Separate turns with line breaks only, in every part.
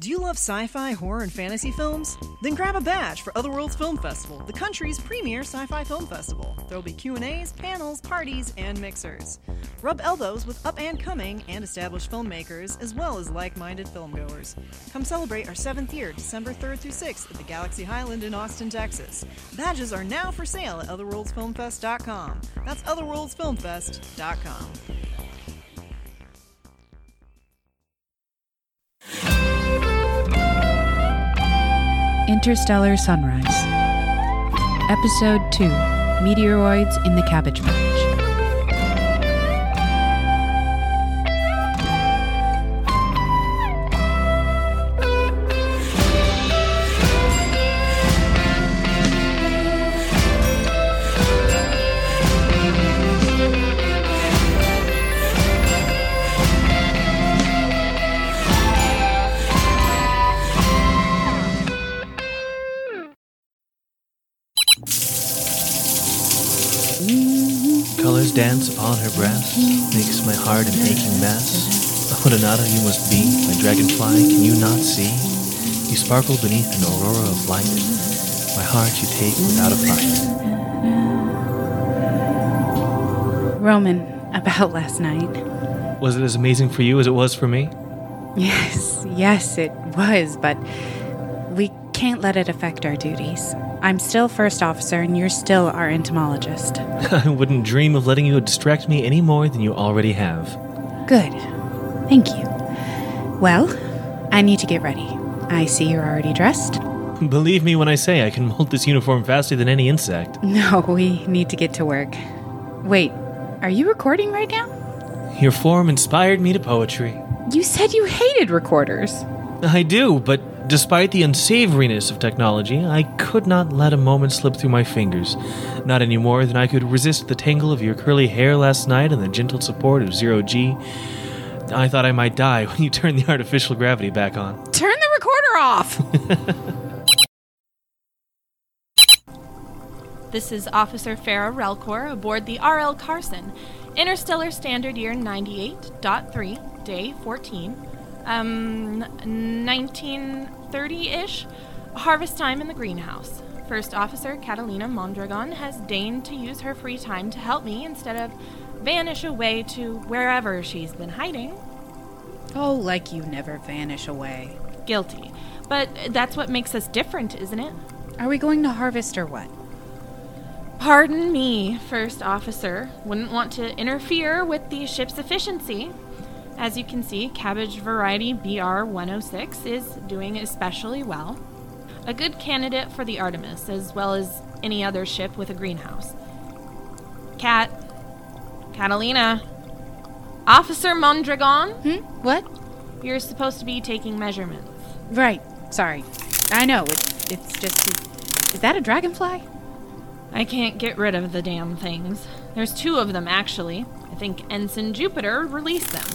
Do you love sci fi, horror, and fantasy films? Then grab a badge for Otherworlds Film Festival, the country's premier sci fi film festival. There'll be Q&As, panels, parties, and mixers. Rub elbows with up and coming and established filmmakers, as well as like minded filmgoers. Come celebrate our seventh year, December 3rd through 6th, at the Galaxy Highland in Austin, Texas. Badges are now for sale at OtherworldsFilmFest.com. That's OtherworldsFilmFest.com.
Interstellar Sunrise. Episode 2 Meteoroids in the Cabbage Patch.
Colors dance upon her breast, makes my heart an aching mess. What an auto you must be, my dragonfly, can you not see? You sparkle beneath an aurora of light, my heart you take without a fight.
Roman, about last night.
Was it as amazing for you as it was for me?
Yes, yes, it was, but we can't let it affect our duties. I'm still first officer, and you're still our entomologist.
I wouldn't dream of letting you distract me any more than you already have.
Good. Thank you. Well, I need to get ready. I see you're already dressed.
Believe me when I say I can mold this uniform faster than any insect.
No, we need to get to work. Wait, are you recording right now?
Your form inspired me to poetry.
You said you hated recorders.
I do, but despite the unsavoriness of technology, I could not let a moment slip through my fingers. Not any more than I could resist the tangle of your curly hair last night and the gentle support of zero G. I thought I might die when you turned the artificial gravity back on.
Turn the recorder off!
This is Officer Farah Relcor aboard the RL Carson, Interstellar Standard Year 98.3, Day 14, um, 1930 ish, harvest time in the greenhouse. First Officer Catalina Mondragon has deigned to use her free time to help me instead of vanish away to wherever she's been hiding.
oh, like you never vanish away.
Guilty. But that's what makes us different, isn't it?
Are we going to harvest or what?
Pardon me, First Officer. Wouldn't want to interfere with the ship's efficiency. As you can see, cabbage variety BR 106 is doing especially well. A good candidate for the Artemis, as well as any other ship with a greenhouse. Cat. Catalina. Officer Mondragon,
Hmm? What?
you're supposed to be taking measurements.
Right, sorry. I know, it, it's just. Is that a dragonfly?
I can't get rid of the damn things. There's two of them, actually. I think Ensign Jupiter released them.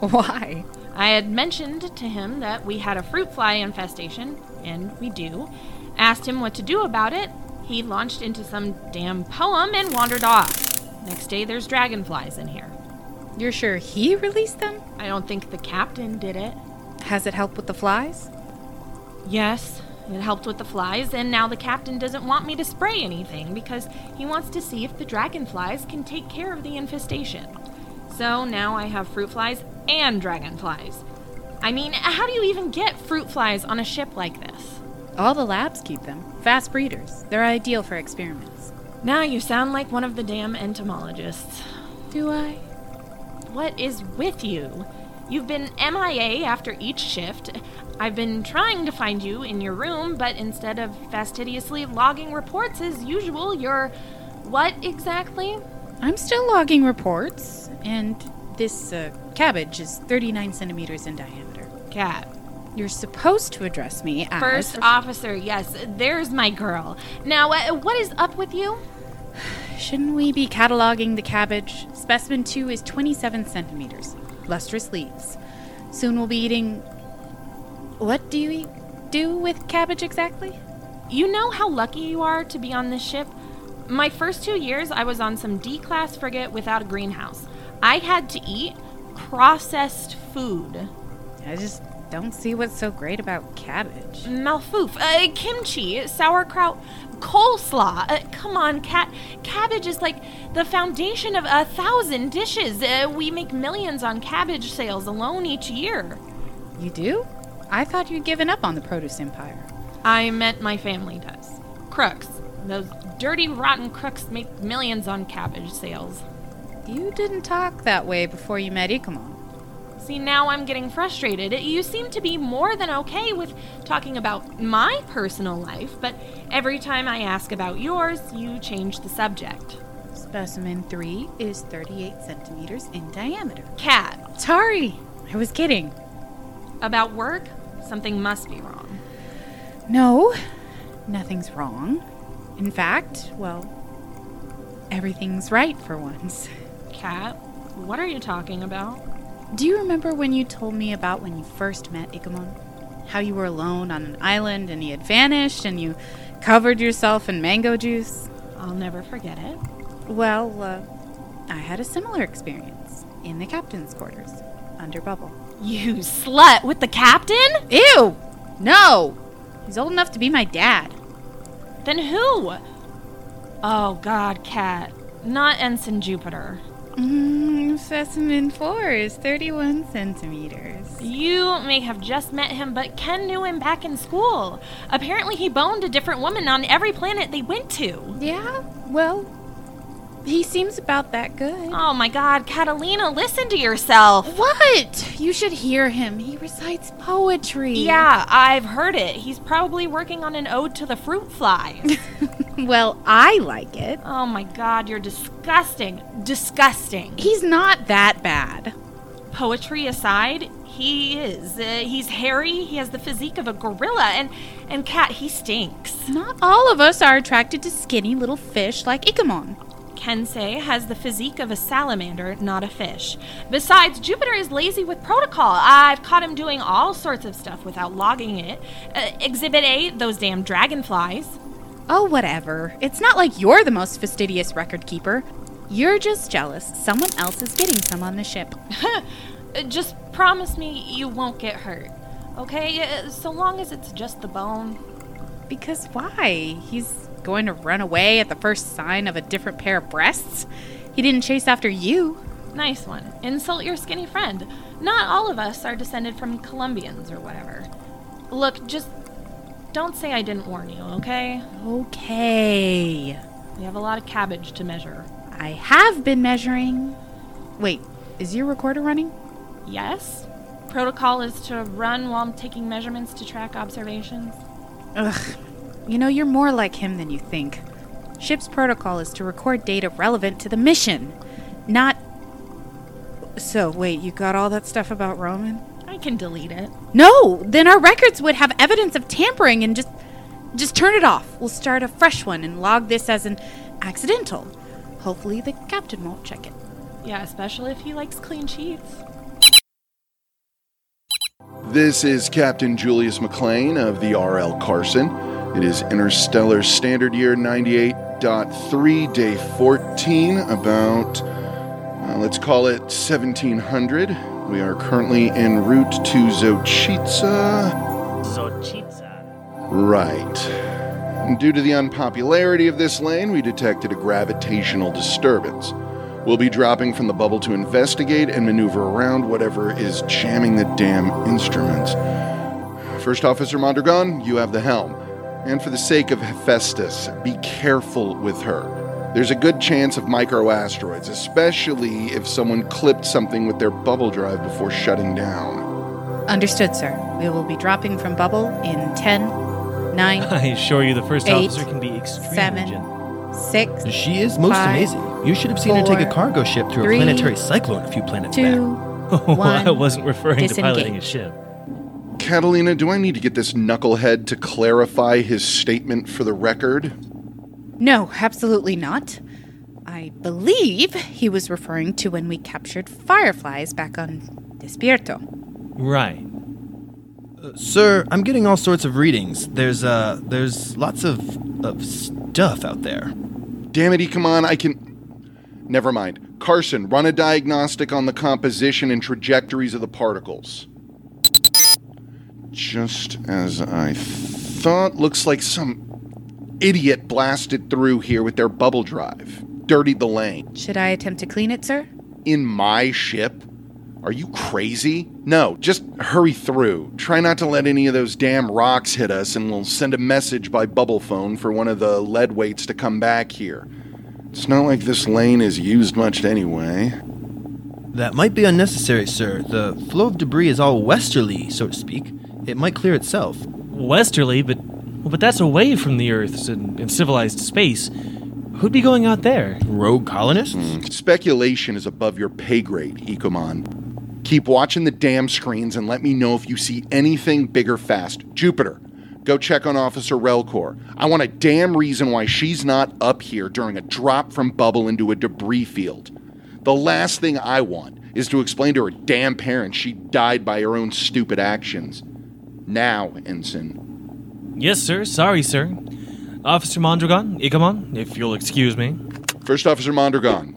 Why?
I had mentioned to him that we had a fruit fly infestation, and we do. Asked him what to do about it. He launched into some damn poem and wandered off. Next day, there's dragonflies in here.
You're sure he released them?
I don't think the captain did it.
Has it helped with the flies?
Yes, it helped with the flies, and now the captain doesn't want me to spray anything because he wants to see if the dragonflies can take care of the infestation. So now I have fruit flies and dragonflies. I mean, how do you even get fruit flies on a ship like this?
All the labs keep them. Fast breeders. They're ideal for experiments.
Now you sound like one of the damn entomologists.
Do I?
What is with you? You've been MIA after each shift. I've been trying to find you in your room, but instead of fastidiously logging reports as usual, you're. What exactly?
I'm still logging reports, and this uh, cabbage is 39 centimeters in diameter.
Cat.
You're supposed to address me as.
First officer, yes, there's my girl. Now, uh, what is up with you?
Shouldn't we be cataloging the cabbage? Specimen 2 is 27 centimeters. Lustrous leaves. Soon we'll be eating. What do you eat? Do with cabbage exactly?
You know how lucky you are to be on this ship? My first two years, I was on some D class frigate without a greenhouse. I had to eat processed food.
I just don't see what's so great about cabbage.
Malfoof, uh, kimchi, sauerkraut, coleslaw. Uh, come on, cat. Cabbage is like the foundation of a thousand dishes. Uh, we make millions on cabbage sales alone each year.
You do? I thought you'd given up on the produce empire.
I meant my family does. Crooks. Those dirty, rotten crooks make millions on cabbage sales.
You didn't talk that way before you met Ikamon.
See, now I'm getting frustrated. You seem to be more than okay with talking about my personal life, but every time I ask about yours, you change the subject.
Specimen 3 is 38 centimeters in diameter.
Cat,
Sorry, I was kidding.
about work? Something must be wrong.
No, nothing's wrong. In fact, well, everything's right for once.
Cat, what are you talking about?
Do you remember when you told me about when you first met Ikamon? How you were alone on an island and he had vanished and you covered yourself in mango juice?
I'll never forget it.
Well, uh, I had a similar experience in the captain's quarters under Bubble.
You slut with the captain?
Ew! No! He's old enough to be my dad.
Then who? Oh, God, Cat. Not Ensign Jupiter.
Mm, specimen 4 is 31 centimeters.
You may have just met him, but Ken knew him back in school. Apparently, he boned a different woman on every planet they went to.
Yeah, well, he seems about that good.
Oh my god, Catalina, listen to yourself.
What? You should hear him. He recites poetry.
Yeah, I've heard it. He's probably working on an ode to the fruit fly.
well, I like it.
oh my god, you're disgusting. Disgusting.
He's not that bad.
Poetry aside, he is. Uh, he's hairy, he has the physique of a gorilla, and, and Cat, he stinks.
Not all of us are attracted to skinny little fish like Ikamon.
Kensei has the physique of a salamander, not a fish. Besides, Jupiter is lazy with protocol. I've caught him doing all sorts of stuff without logging it. Uh, exhibit A, those damn dragonflies.
Oh, whatever. It's not like you're the most fastidious record keeper. You're just jealous someone else is getting some on the ship.
Uh, Just promise me you won't get hurt. Okay? Uh, So long as it's just the bone.
Because why? He's going to run away at the first sign of a different pair of breasts? He didn't chase after you.
Nice one. Insult your skinny friend. Not all of us are descended from Colombians or whatever. Look, just don't say I didn't warn you, okay?
Okay.
We have a lot of cabbage to measure.
I have been measuring. Wait, is your recorder running?
Yes. Protocol is to run while taking measurements to track observations.
Ugh. You know, you're more like him than you think. Ship's protocol is to record data relevant to the mission, not. So, wait, you got all that stuff about Roman?
I can delete it.
No, then our records would have evidence of tampering and just. Just turn it off. We'll start a fresh one and log this as an accidental. Hopefully, the captain won't check it.
Yeah, especially if he likes clean sheets.
This is Captain Julius McLean of the RL Carson. It is Interstellar Standard Year 98.3, day 14, about, uh, let's call it 1700. We are currently en route to Zochitsa.
Zochitsa.
Right. Due to the unpopularity of this lane, we detected a gravitational disturbance. We'll be dropping from the bubble to investigate and maneuver around whatever is jamming the damn instruments. First Officer Mondragon, you have the helm. And for the sake of Hephaestus, be careful with her. There's a good chance of microasteroids, especially if someone clipped something with their bubble drive before shutting down.
Understood, sir. We will be dropping from bubble in 10, 9,
I assure you, the first
Eight,
officer can be extremely
seven.
gentle.
6,
She is most
Five,
amazing. You should have seen her take
four,
a cargo ship through
three,
a planetary cyclone a few planets back.
two,
Oh, I
One,
wasn't referring to piloting a
disengage.
ship.
Catalina, do I need to get this knucklehead to clarify his statement for the record?
No, absolutely not. I believe he was referring to when we captured fireflies back on Despierto.
Right.
Sir, I'm getting all sorts of readings. There's uh there's lots of of stuff out there.
Damn it, Ecomon, I can. Never mind. Carson, run a diagnostic on the composition and trajectories of the particles. Just as I thought, looks like some idiot blasted through here with their bubble drive, dirtied the lane.
Should I attempt to clean it, sir?
In my ship? Are you crazy? No, just hurry through. Try not to let any of those damn rocks hit us, and we'll send a message by bubble phone for one of the lead weights to come back here. It's not like this lane is used much anyway.
That might be unnecessary, sir. The flow of debris is all westerly, so to speak. It might clear itself.
Westerly, but but that's away from the Earth's and, and civilized space. Who'd be going out there?
Rogue colonists?
Speculation is above your pay grade, Ecomon. Keep watching the damn screens and let me know if you see anything bigger fast. Jupiter, go check on Officer Relcor. I want a damn reason why she's not up here during a drop from bubble into a debris field. The last thing I want is to explain to her damn parents she died by her own stupid actions. Now, Ensign.
Yes, sir. Sorry, sir. Officer Mondragon, Igamon, if you'll excuse me.
First Officer Mondragon,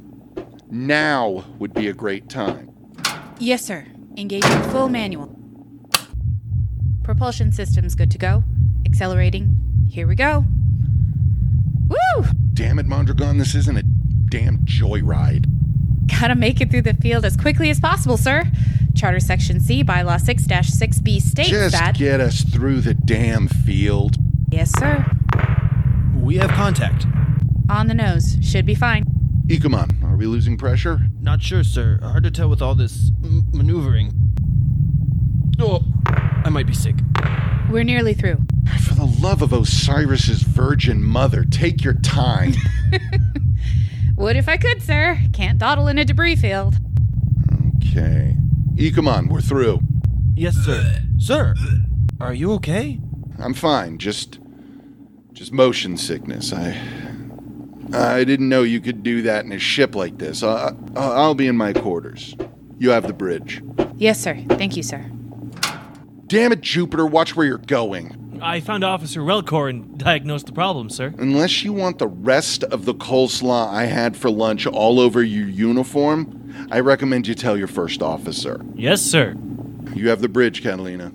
now would be a great time.
Yes, sir. Engaging full manual. Propulsion systems good to go. Accelerating. Here we go. Woo!
Damn it, Mondragon, this isn't a damn joyride.
Gotta make it through the field as quickly as possible, sir. Charter Section C, Bylaw 6 6B states
Just
that.
get us through the damn field.
yes, sir.
We have contact.
On the nose. Should be fine.
Ecomon, are we losing pressure?
Not sure, sir. Hard to tell with all this m- maneuvering. Oh, I might be sick.
We're nearly through.
For the love of Osiris's virgin mother, take your time.
Would if I could, sir. Can't dawdle in a debris field.
okay. Ecomon, we're through.
Yes, sir. sir, are you okay?
I'm fine. Just just motion sickness. I I didn't know you could do that in a ship like this. I, I, I'll be in my quarters. You have the bridge.
Yes, sir. Thank you, sir.
Damn it, Jupiter, watch where you're going.
I found Officer Relcor and diagnosed the problem, sir.
Unless you want the rest of the coleslaw I had for lunch all over your uniform, I recommend you tell your first officer.
Yes, sir.
You have the bridge, Catalina.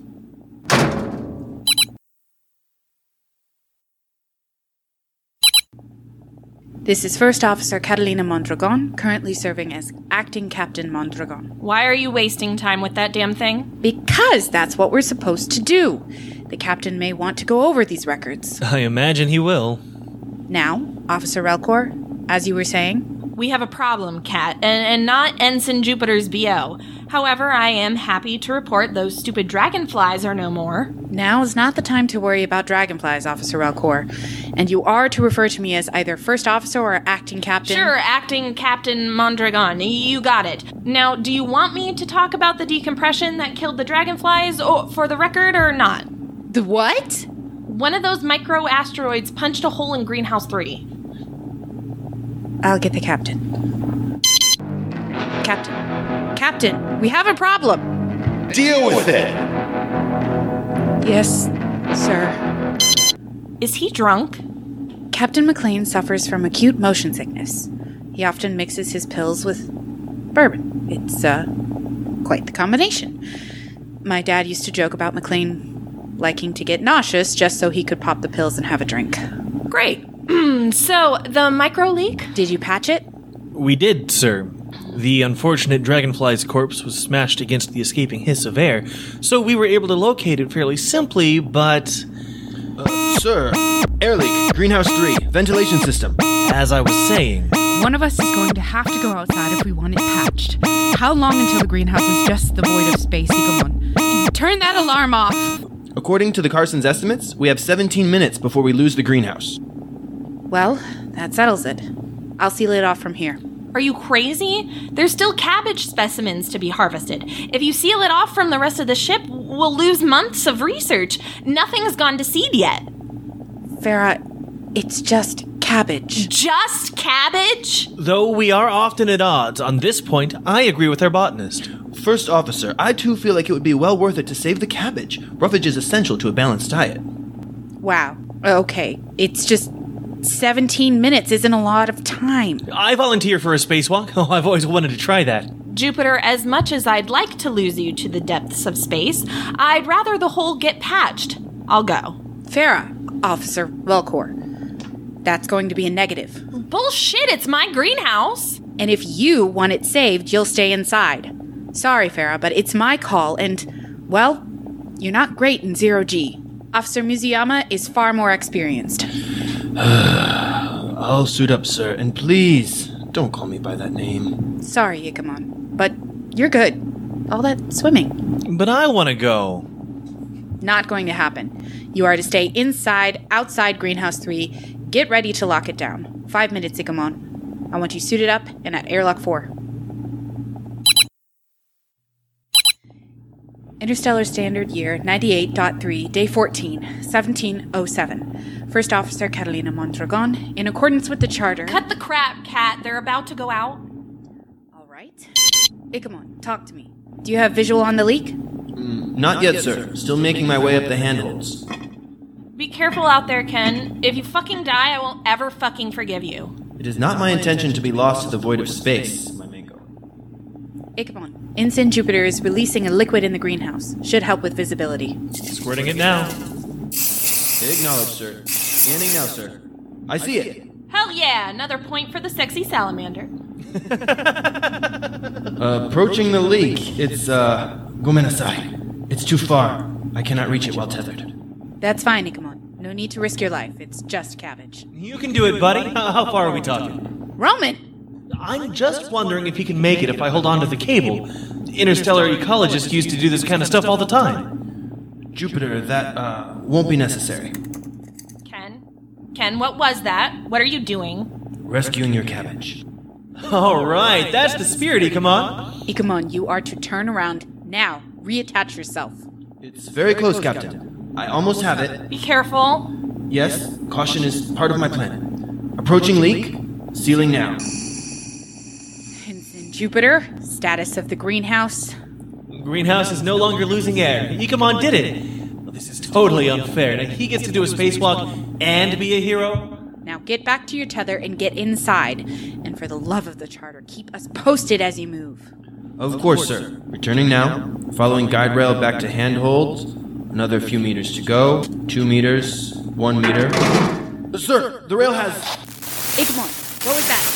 This is First Officer Catalina Mondragon, currently serving as Acting Captain Mondragon.
Why are you wasting time with that damn thing?
Because that's what we're supposed to do. The captain may want to go over these records.
I imagine he will.
Now, Officer Relcor, as you were saying,
We have a problem, Cat, and, and not Ensign Jupiter's BO. However, I am happy to report those stupid dragonflies are no more.
now is not the time to worry about dragonflies, Officer Relcor, and you are to refer to me as either First Officer or Acting Captain.
Sure, acting Captain Mondragon, you got it. Now, do you want me to talk about the decompression that killed the dragonflies or, for the record or not?
The what?
One of those micro asteroids punched a hole in Greenhouse 3.
I'll get the captain. Captain. Captain, we have a problem.
Deal with it!
Yes, sir.
Is he drunk?
Captain McLean suffers from acute motion sickness. He often mixes his pills with bourbon. It's, uh, quite the combination. My dad used to joke about McLean liking to get nauseous just so he could pop the pills and have a drink.
Great. so, the micro leak?
Did you patch it?
We did, sir. The unfortunate dragonfly's corpse was smashed against the escaping hiss of air, so we were able to locate it fairly simply, but
Sir, air leak, greenhouse 3, ventilation system.
as I was saying,
One of us is going to have to go outside if we want it patched. How long until the greenhouse is just the void of space, Eaglemon? Turn that alarm off!
According to the Carson's estimates, we have 17 minutes before we lose the greenhouse.
Well, that settles it. I'll seal it off from here.
Are you crazy? There's still cabbage specimens to be harvested. If you seal it off from the rest of the ship, we'll lose months of research. Nothing's gone to seed yet.
Farah, it's just cabbage.
Just cabbage?
though we are often at odds on this point, I agree with our botanist.
First officer, I too feel like it would be well worth it to save the cabbage. Roughage is essential to a balanced diet.
Wow. Okay. It's just 17 minutes isn't a lot of time.
I volunteer for a spacewalk. Oh, I've always wanted to try that.
Jupiter, as much as I'd like to lose you to the depths of space, I'd rather the hole get patched. I'll go.
Farah, Officer Velcor, that's going to be a negative.
Bullshit, it's my greenhouse.
And if you want it saved, you'll stay inside. Sorry, Farah, but it's my call, and, well, you're not great in zero G. Officer Muzuyama is far more experienced.
I'll suit up, sir, and please don't call me by that name.
Sorry, Ikamon, but you're good. All that swimming.
But I want to go.
Not going to happen. You are to stay inside, outside Greenhouse 3. Get ready to lock it down. Five minutes, Ikamon. I want you suited up and at airlock 4. Interstellar Standard Year 98.3, Day 14, 1707. First Officer Catalina Mondragon, in accordance with the Charter.
Cut the crap, Cat. They're about to go out.
All right. Ikamon, talk to me. Do you have visual on the leak?
Not, yet, sir. Still making my way up the handholds.
Be careful out there, Ken. If you fucking die, I won't ever fucking forgive you.
It is not my intention to be lost to the void of space.
Ikamon, Ensign Jupiter is releasing a liquid in the greenhouse. Should help with visibility.
Squirting it now.
Acknowledge, sir. Scanning now, sir. I see it.
Hell yeah, another point for the sexy salamander.
Approaching the leak. It's, uh, Gomenasai. It's too far. I cannot reach it while tethered.
That's fine, Ikamon. No need to risk your life. It's just cabbage.
You can do it, buddy. How how far are we talking?
Roman!
I'm just wondering if he can make it if I hold on to the cable. Interstellar ecologists used to do this kind of stuff all the time.
Jupiter, that, uh, won't be necessary.
Ken? Ken, what was that? What are you doing?
Rescuing your cabbage.
All right, that's the spirit, come on.
Ikamon, you are to turn around now. Reattach yourself.
It's very close, Captain. I almost have it.
Be careful.
Yes, caution is part of my plan. Approaching leak. Sealing now.
Ensign Jupiter, status of the greenhouse.
Greenhouse is no longer losing air. Ikamon did it. Well, this is totally unfair. Now he gets to do a spacewalk and be a hero.
Now get back to your tether and get inside. And for the love of the charter, keep us posted as you move.
Of course, sir. Returning now, following guide rail back to handhold. Another few meters to go. Two meters. One meter. Sir, the rail has.
Ikamon, what was that?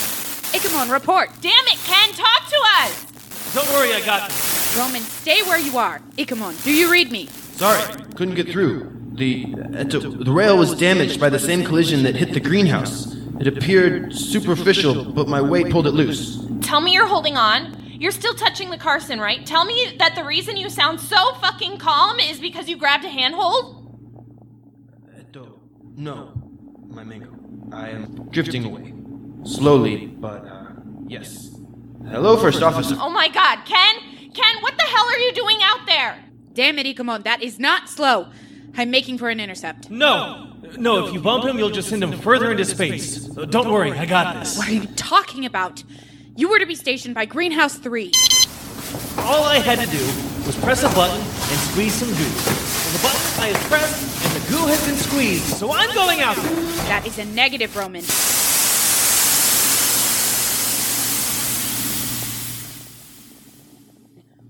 Ikamon, report!
Damn it, Ken, talk to us!
Don't worry, I got this.
Roman, stay where you are. Ikamon, do you read me?
Sorry, couldn't get through. The uh, to- the rail was damaged by the same collision that hit the greenhouse. It appeared superficial, but my weight pulled it loose.
Tell me you're holding on. You're still touching the Carson, right? Tell me that the reason you sound so fucking calm is because you grabbed a handhold?
No, my mango. I am drifting away, slowly, but uh, yes. Hello, first officer.
Oh my god, Ken! Ken, what the hell are you doing out there?
Damn it, Ikamon, that is not slow. I'm making for an intercept.
No! No, if you bump him, you'll just send him further into space. Don't worry, I got this.
What are you talking about? You were to be stationed by Greenhouse 3.
All I had to do was press a button and squeeze some goo. And the button I have pressed and the goo has been squeezed, so I'm going out.
That is a negative, Roman.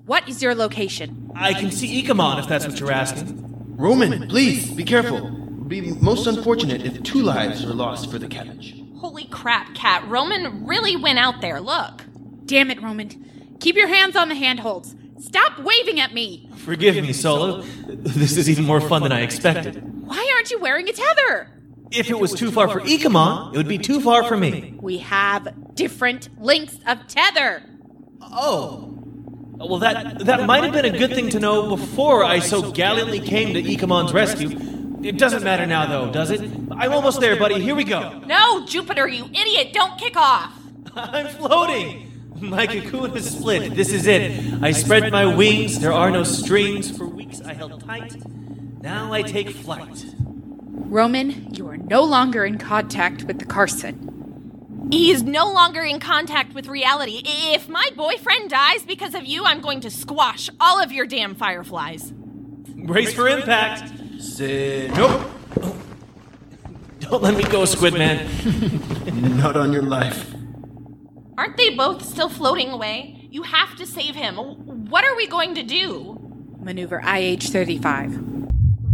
What is your location?
I can see Ikamon if that's what you're asking.
Roman, please be careful. It would be most unfortunate if two lives were lost for the cabbage.
Holy crap, Cat. Roman really went out there. Look.
Damn it, Roman. Keep your hands on the handholds. Stop waving at me.
Forgive me, Solo. This is even more fun than I expected.
Why aren't you wearing a tether?
If it was too far for Ikamon, it would be too far for me.
We have different lengths of tether.
Oh. Well, that, that might have been a good thing to know before I so gallantly came to Ikamon's rescue. It doesn't matter now, though, does it? I'm almost there, buddy. Here we go.
No, Jupiter, you idiot, don't kick off!
I'm floating. My cocoon is split. This is it. I spread my wings. There are no strings. For weeks I held tight. Now I take flight.
Roman, you are no longer in contact with the Carson.
He is no longer in contact with reality. I- If my boyfriend dies because of you, I'm going to squash all of your damn fireflies.
Brace for impact.
Say nope.
Don't let me go, Squid Man.
Not on your life.
Aren't they both still floating away? You have to save him. What are we going to do?
Maneuver IH 35.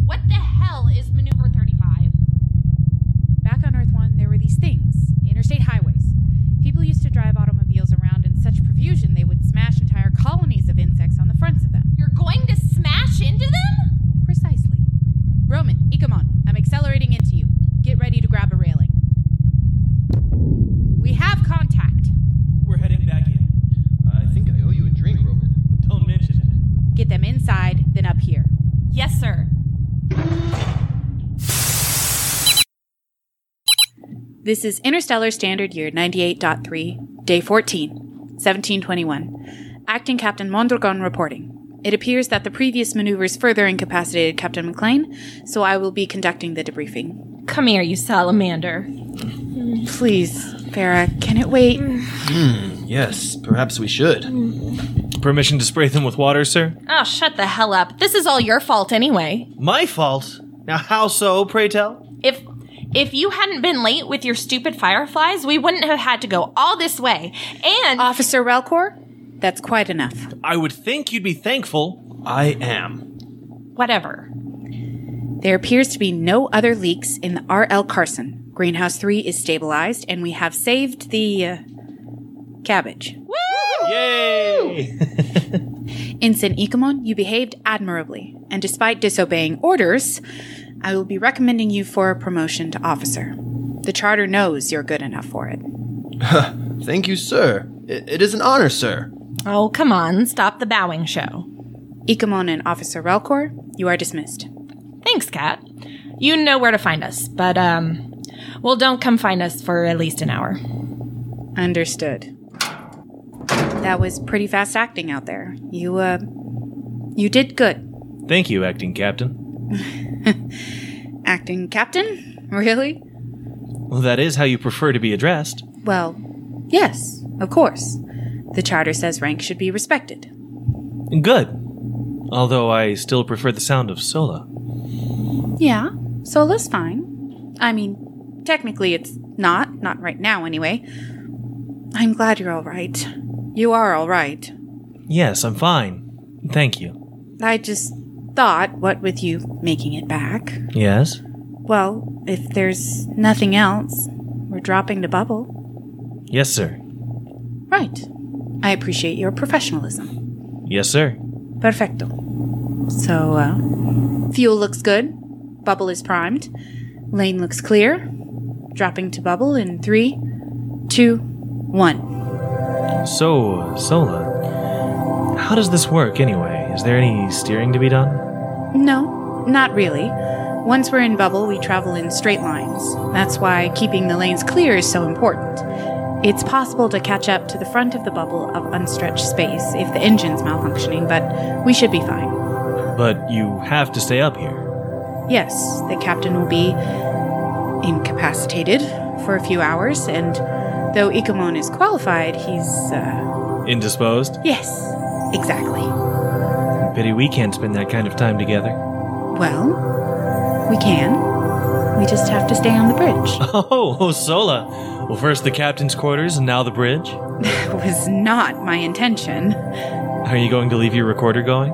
What the hell is maneuver 35?
Back on Earth 1, there were these things interstate highways. People used to drive automobiles around in such profusion they would smash entire colonies of insects on the fronts of them.
You're going to smash into them?
Precisely. Roman, Ikamon, I'm accelerating into you. Get ready to grab a railing. We have contact.
We're heading back in.
I think I owe you a drink, Roman.
Don't mention it.
Get them inside, then up here.
Yes, sir.
This is Interstellar Standard Year 98.3, Day 14, 1721. Acting Captain Mondragon reporting. It appears that the previous maneuvers further incapacitated Captain McLean, so I will be conducting the debriefing.
Come here, you salamander.
Please, Farah, can it wait?
Yes, perhaps we should.
Permission to spray them with water, sir?
Oh, shut the hell up. This is all your fault anyway.
My fault. Now, how so, pray tell?
If if you hadn't been late with your stupid fireflies, we wouldn't have had to go all this way. And
Officer Relcor? That's quite enough.
I would think you'd be thankful.
I am.
whatever.
There appears to be no other leaks in the RL Carson. Greenhouse 3 is stabilized, and we have saved the. Uh, cabbage.
Yay!
Ensign Ikamon, you behaved admirably, and despite disobeying orders, I will be recommending you for a promotion to officer. The charter knows you're good enough for it.
Thank you, sir. I- it is an honor, sir.
Oh, come on. Stop the bowing show.
Ikamon and Officer Relcor, you are dismissed.
Thanks, Kat. You know where to find us, but um well, don't come find us for at least an hour.
Understood. That was pretty fast acting out there. You, uh, you did good.
Thank you, acting captain.
Acting captain? Really?
Well, that is how you prefer to be addressed.
Well, yes, of course. The charter says rank should be respected.
Good. Although I still prefer the sound of Sola.
Yeah, Sola's fine. I mean, technically it's not, not right now anyway. I'm glad you're all right. You are all right.
Yes, I'm fine. Thank you.
I just thought, what with you making it back?
Yes?
Well, if there's nothing else, we're dropping the bubble.
Yes, sir.
Right. I appreciate your professionalism.
Yes, sir.
Perfecto. So, uh, fuel looks good. Bubble is primed. Lane looks clear. Dropping to bubble in three, two, one.
So, Sola, how does this work anyway? Is there any steering to be done?
No, not really. Once we're in bubble, we travel in straight lines. That's why keeping the lanes clear is so important. It's possible to catch up to the front of the bubble of unstretched space if the engine's malfunctioning, but we should be fine.
But you have to stay up here.
Yes, the captain will be incapacitated for a few hours, and though Ikamon is qualified, he's. Uh,
Indisposed?
yes, exactly.
Pity we can't spend that kind of time together.
Well, we can. We just have to stay on the bridge.
Oh, oh, Sola. Well, first the captain's quarters and now the bridge.
was not my intention.
Are you going to leave your recorder going?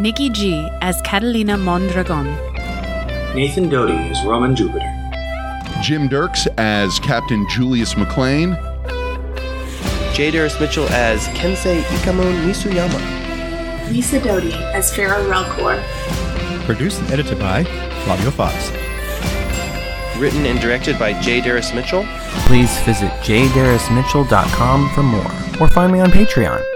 Nikki G as Catalina Mondragon.
Nathan Doty is Roman Jupiter.
Jim Dirks as Captain Julius McLean,
J. Darius Mitchell as Kensei Ikamon Nisuyama.
Lisa Doty as Pharaoh Relcor.
Produced and edited by Flavio Fox.
Written and directed by J. Darius Mitchell.
Please visit jdarrismitchell.com for more, or find me on Patreon.